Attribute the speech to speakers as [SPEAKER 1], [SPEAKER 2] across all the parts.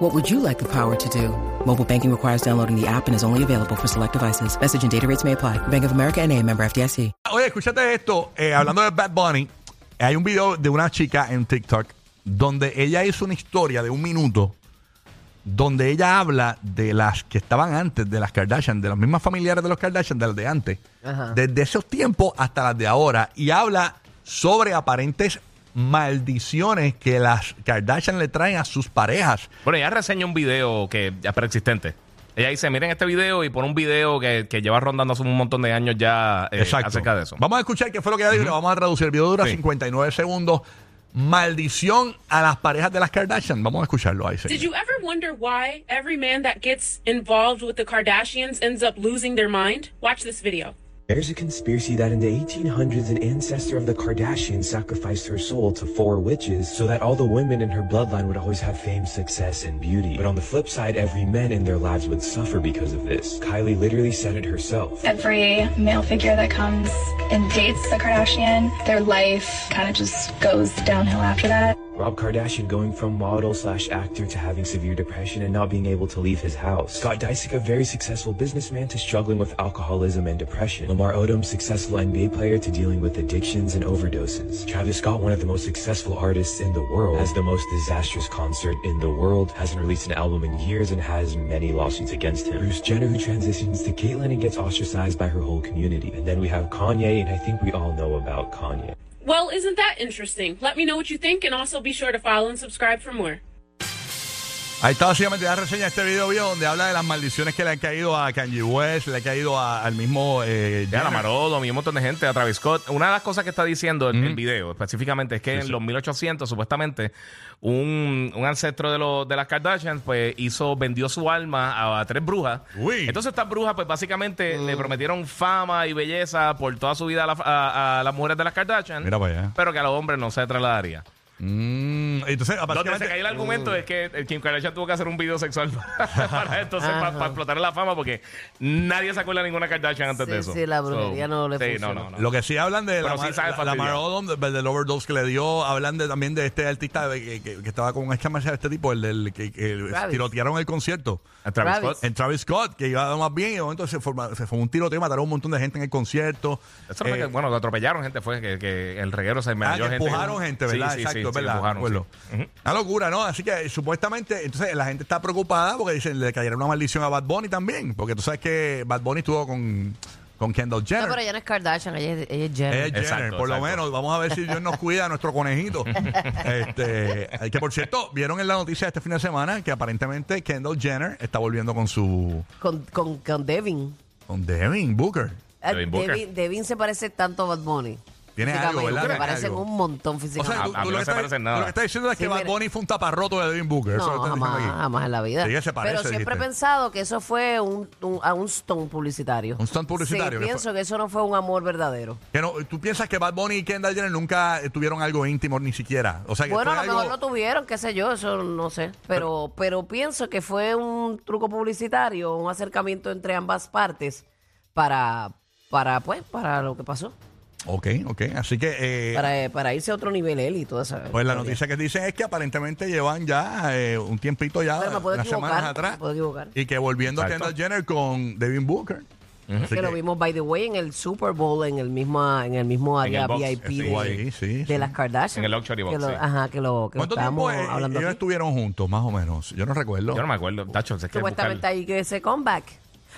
[SPEAKER 1] What would you like the power to do? Mobile banking requires downloading the app and is only available for select devices. Message and data rates may apply. Bank of America and a member FDIC.
[SPEAKER 2] Oye, escúchate esto. eh, hablando de Bad Bunny, hay un video de una chica en TikTok donde ella hizo una historia de un minuto donde ella habla de las que estaban antes, de las Kardashian, de las mismas familiares de los Kardashian, de las de antes, desde esos tiempos hasta las de ahora, y habla sobre aparentes maldiciones que las Kardashian le traen a sus parejas.
[SPEAKER 3] Bueno, ella reseña un video que ya es preexistente. Ella dice, miren este video y pone un video que, que lleva rondando hace un montón de años ya eh, acerca de eso.
[SPEAKER 2] Vamos a escuchar qué fue lo que ella dijo y lo vamos a traducir. El video dura
[SPEAKER 3] Sí.
[SPEAKER 2] 59 segundos. Maldición a las parejas de las Kardashian. Vamos a escucharlo ahí.
[SPEAKER 4] Did
[SPEAKER 2] señor.
[SPEAKER 4] you ever wonder why every man that gets involved with the Kardashians ends up losing their mind? Watch this video.
[SPEAKER 5] There's a conspiracy that in the 1800s, an ancestor of the Kardashians sacrificed her soul to four witches so that all the women in her bloodline would always have fame, success, and beauty. But on the flip side, every man in their lives would suffer because of this. Kylie literally said it herself.
[SPEAKER 6] every male figure that comes and dates the Kardashian, their life kind of just goes downhill after that.
[SPEAKER 5] Rob Kardashian going from model slash actor to having severe depression and not being able to leave his house. Scott Disick, a very successful businessman to struggling with alcoholism and depression. Lamar Odom, successful NBA player to dealing with addictions and overdoses. Travis Scott, one of the most successful artists in the world, has the most disastrous concert in the world, hasn't released an album in years and has many lawsuits against him. Bruce Jenner, who transitions to Caitlyn and gets ostracized by her whole community. And then we have Kanye, and I think we all know about Kanye.
[SPEAKER 4] Well, isn't that interesting? Let me know what you think and also be sure to follow and subscribe for more.
[SPEAKER 2] Ahí está básicamente la reseña de este video viejo donde habla de las maldiciones que le han caído a Kanye West, le ha caído a- al mismo... Eh,
[SPEAKER 3] Ya, la
[SPEAKER 2] Jenner.
[SPEAKER 3] Marodo, y un montón de gente, a Travis Scott. Una de las cosas que está diciendo el, el video específicamente es que en los 1800, supuestamente, un, un ancestro de, los de las Kardashians, pues hizo, vendió su alma a, a tres brujas.
[SPEAKER 2] Uy. Mm.
[SPEAKER 3] Entonces, estas brujas, pues básicamente le prometieron fama y belleza por toda su vida a, la- a- a las mujeres de las Kardashian.
[SPEAKER 2] Mira para allá.
[SPEAKER 3] Pero que a los hombres no se trasladaría.
[SPEAKER 2] Mm, entonces,
[SPEAKER 3] Donde se
[SPEAKER 2] básicamente- mm.
[SPEAKER 3] caía el argumento es que el Kim Kardashian tuvo que hacer un video sexual para, para entonces para, explotar la fama porque nadie se acuerda de ninguna Kardashian antes
[SPEAKER 7] Sí,
[SPEAKER 3] de eso.
[SPEAKER 7] sí, la brujería no le
[SPEAKER 3] sí, no, no,
[SPEAKER 7] funcionó.
[SPEAKER 3] no.
[SPEAKER 2] Lo que sí hablan de la,
[SPEAKER 3] Pero sí sabe
[SPEAKER 2] la- la
[SPEAKER 3] fastidiar.
[SPEAKER 2] Mara Odom, de- del overdose que le dio, hablan de, también de este artista de- que, que- que estaba con una chama de este tipo, el, del que, que
[SPEAKER 7] Travis.
[SPEAKER 2] tirotearon el concierto.
[SPEAKER 3] A Travis
[SPEAKER 7] Travis.
[SPEAKER 3] Scott.
[SPEAKER 2] En Travis Scott, eh, que iba más bien, y de momento se, forma- se fue un tiroteo, mataron un montón de gente en el concierto.
[SPEAKER 3] Eso fue
[SPEAKER 2] Eh,
[SPEAKER 3] que, bueno, que atropellaron gente, fue que, que el reguero se me
[SPEAKER 2] ah, que empujaron gente, ¿verdad? Exacto, es verdad.
[SPEAKER 3] empujaron,
[SPEAKER 2] acuerdo.
[SPEAKER 3] sí. Ujú.
[SPEAKER 2] Una locura, ¿no? Así que eh, supuestamente, entonces la gente está preocupada porque dicen le cayeron una maldición a Bad Bunny también, porque tú sabes que Bad Bunny estuvo con, con Kendall Jenner.
[SPEAKER 7] No, pero ella no es Kardashian, ella es, ella es
[SPEAKER 2] Es
[SPEAKER 7] Jenner.
[SPEAKER 2] Jenner,
[SPEAKER 3] Exacto,
[SPEAKER 2] por lo
[SPEAKER 3] exacto.
[SPEAKER 2] menos. Vamos a ver si Dios nos cuida a nuestro conejito. este, que por cierto, vieron en la noticia este fin de semana que aparentemente Kendall Jenner está volviendo con su.
[SPEAKER 7] Con, con, con Devin.
[SPEAKER 2] con Devin Booker.
[SPEAKER 7] Ah,
[SPEAKER 3] Devin Booker.
[SPEAKER 7] Devin, Devin se parece tanto a Bad Bunny.
[SPEAKER 2] Tiene algo,
[SPEAKER 7] Físicamente,
[SPEAKER 2] ¿verdad?
[SPEAKER 7] Se
[SPEAKER 2] Tiene
[SPEAKER 7] parecen
[SPEAKER 2] algo.
[SPEAKER 7] un montón
[SPEAKER 2] O sea,
[SPEAKER 3] A-
[SPEAKER 7] físicamente.
[SPEAKER 2] tú,
[SPEAKER 3] a
[SPEAKER 2] tú lo,
[SPEAKER 3] mí no
[SPEAKER 2] que
[SPEAKER 3] se
[SPEAKER 2] estás,
[SPEAKER 3] parecen nada.
[SPEAKER 2] tú lo que estás diciendo es
[SPEAKER 7] Sí,
[SPEAKER 2] que Bad
[SPEAKER 7] mira.
[SPEAKER 2] Bunny fue un taparroto de Devin Booker. eso es lo
[SPEAKER 7] no,
[SPEAKER 2] que estás
[SPEAKER 7] jamás,
[SPEAKER 2] diciendo aquí.
[SPEAKER 7] jamás en la vida.
[SPEAKER 2] Sí, que se parece,
[SPEAKER 7] Pero siempre
[SPEAKER 2] dijiste.
[SPEAKER 7] he pensado que eso fue un, un- a un stunt publicitario.
[SPEAKER 2] Un stunt publicitario,
[SPEAKER 7] Sí,
[SPEAKER 2] que
[SPEAKER 7] pienso que eso no fue un amor verdadero.
[SPEAKER 2] Que no, ¿Tú piensas que Bad Bunny y Kendall Jenner nunca eh, tuvieron algo íntimo ni siquiera? O sea, que
[SPEAKER 7] Bueno,
[SPEAKER 2] fue
[SPEAKER 7] a lo mejor
[SPEAKER 2] algo-
[SPEAKER 7] lo tuvieron, qué sé yo, eso no sé. Pero, pero pienso que fue un truco publicitario, un acercamiento entre ambas partes para, para pues, para lo que pasó.
[SPEAKER 2] Ok, ok. Así que. eh,
[SPEAKER 7] Para, eh, para irse a otro nivel él y toda esa.
[SPEAKER 2] Pues la
[SPEAKER 7] historia.
[SPEAKER 2] noticia que dicen es que aparentemente llevan ya eh, un tiempito ya,
[SPEAKER 7] Pero me puedo
[SPEAKER 2] unas
[SPEAKER 7] equivocar,
[SPEAKER 2] semanas atrás.
[SPEAKER 7] me puedo equivocar.
[SPEAKER 2] Y que volviendo
[SPEAKER 3] Exacto.
[SPEAKER 2] Kendall Jenner con Devin Booker. Así
[SPEAKER 7] que lo
[SPEAKER 2] que-
[SPEAKER 7] vimos, by the way, en el Super Bowl, en el mismo, en el mismo área
[SPEAKER 3] el box,
[SPEAKER 7] VIP
[SPEAKER 3] sí,
[SPEAKER 7] de,
[SPEAKER 2] ahí, eh, sí,
[SPEAKER 7] de
[SPEAKER 2] sí.
[SPEAKER 7] las Kardashian.
[SPEAKER 3] En el luxury box,
[SPEAKER 7] Que lo-
[SPEAKER 3] sí.
[SPEAKER 7] Ajá, que lo, que lo
[SPEAKER 2] ¿Cuánto tiempo
[SPEAKER 7] estábamos
[SPEAKER 2] eh,
[SPEAKER 7] hablando
[SPEAKER 2] ellos
[SPEAKER 7] aquí.
[SPEAKER 2] estuvieron juntos, más o menos? Yo no recuerdo.
[SPEAKER 3] Yo no me acuerdo, Tacho, es que
[SPEAKER 7] Supuestamente
[SPEAKER 3] buscar-
[SPEAKER 7] ahí que ese comeback.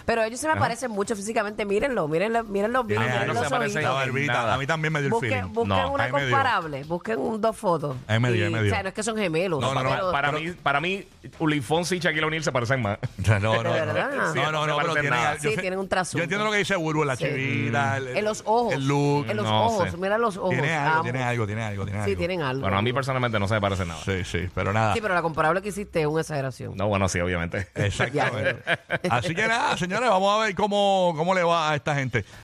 [SPEAKER 7] Pero ellos se me parecen mucho físicamente, mírenlo, mírenlo, mírenlo bien,
[SPEAKER 2] Tiene
[SPEAKER 3] Ah,
[SPEAKER 7] miren
[SPEAKER 2] algo.
[SPEAKER 3] no
[SPEAKER 7] los
[SPEAKER 3] se parecen
[SPEAKER 2] La
[SPEAKER 7] ojitos.
[SPEAKER 3] nada.
[SPEAKER 2] barbita, a mí también me dio el
[SPEAKER 7] Busquen,
[SPEAKER 2] feeling.
[SPEAKER 7] busquen
[SPEAKER 3] No,
[SPEAKER 7] una
[SPEAKER 2] ahí me dio.
[SPEAKER 7] comparable, busquen un, dos fotos.
[SPEAKER 2] Ahí me dio, ahí
[SPEAKER 7] Y,
[SPEAKER 2] me dio.
[SPEAKER 7] O sea, no es que son gemelos.
[SPEAKER 2] No, no, no,
[SPEAKER 7] pero-
[SPEAKER 3] Para, mí, para mí, Ulifonsi y Shaquille O'Neal se parecen más.
[SPEAKER 2] No, no, no.
[SPEAKER 7] ¿De verdad?
[SPEAKER 2] No,
[SPEAKER 7] Sí,
[SPEAKER 2] no, no,
[SPEAKER 3] no se
[SPEAKER 2] pero
[SPEAKER 3] parecen
[SPEAKER 2] tienen,
[SPEAKER 3] nada.
[SPEAKER 2] yo
[SPEAKER 7] Sí, tienen un trasunto.
[SPEAKER 2] Yo entiendo lo que dice Burbu, la
[SPEAKER 7] Sí. Mm.
[SPEAKER 2] chivita, el-
[SPEAKER 7] en los ojos.
[SPEAKER 2] el look.
[SPEAKER 7] En los
[SPEAKER 3] no
[SPEAKER 7] ojos,
[SPEAKER 3] sé.
[SPEAKER 7] mira los ojos.
[SPEAKER 2] Tiene algo,
[SPEAKER 7] ambos.
[SPEAKER 2] tiene algo, tiene algo, tiene
[SPEAKER 7] Sí,
[SPEAKER 2] algo.
[SPEAKER 7] tienen algo.
[SPEAKER 3] Bueno, a mí personalmente no se me parece nada.
[SPEAKER 2] Sí, sí, pero nada.
[SPEAKER 7] Sí, pero la comparable que hiciste es una exageración.
[SPEAKER 3] No, bueno, sí,
[SPEAKER 2] Eh,
[SPEAKER 3] obviamente.
[SPEAKER 2] Exactamente. Así que nada, señores, vamos a ver cómo, cómo le va a esta gente.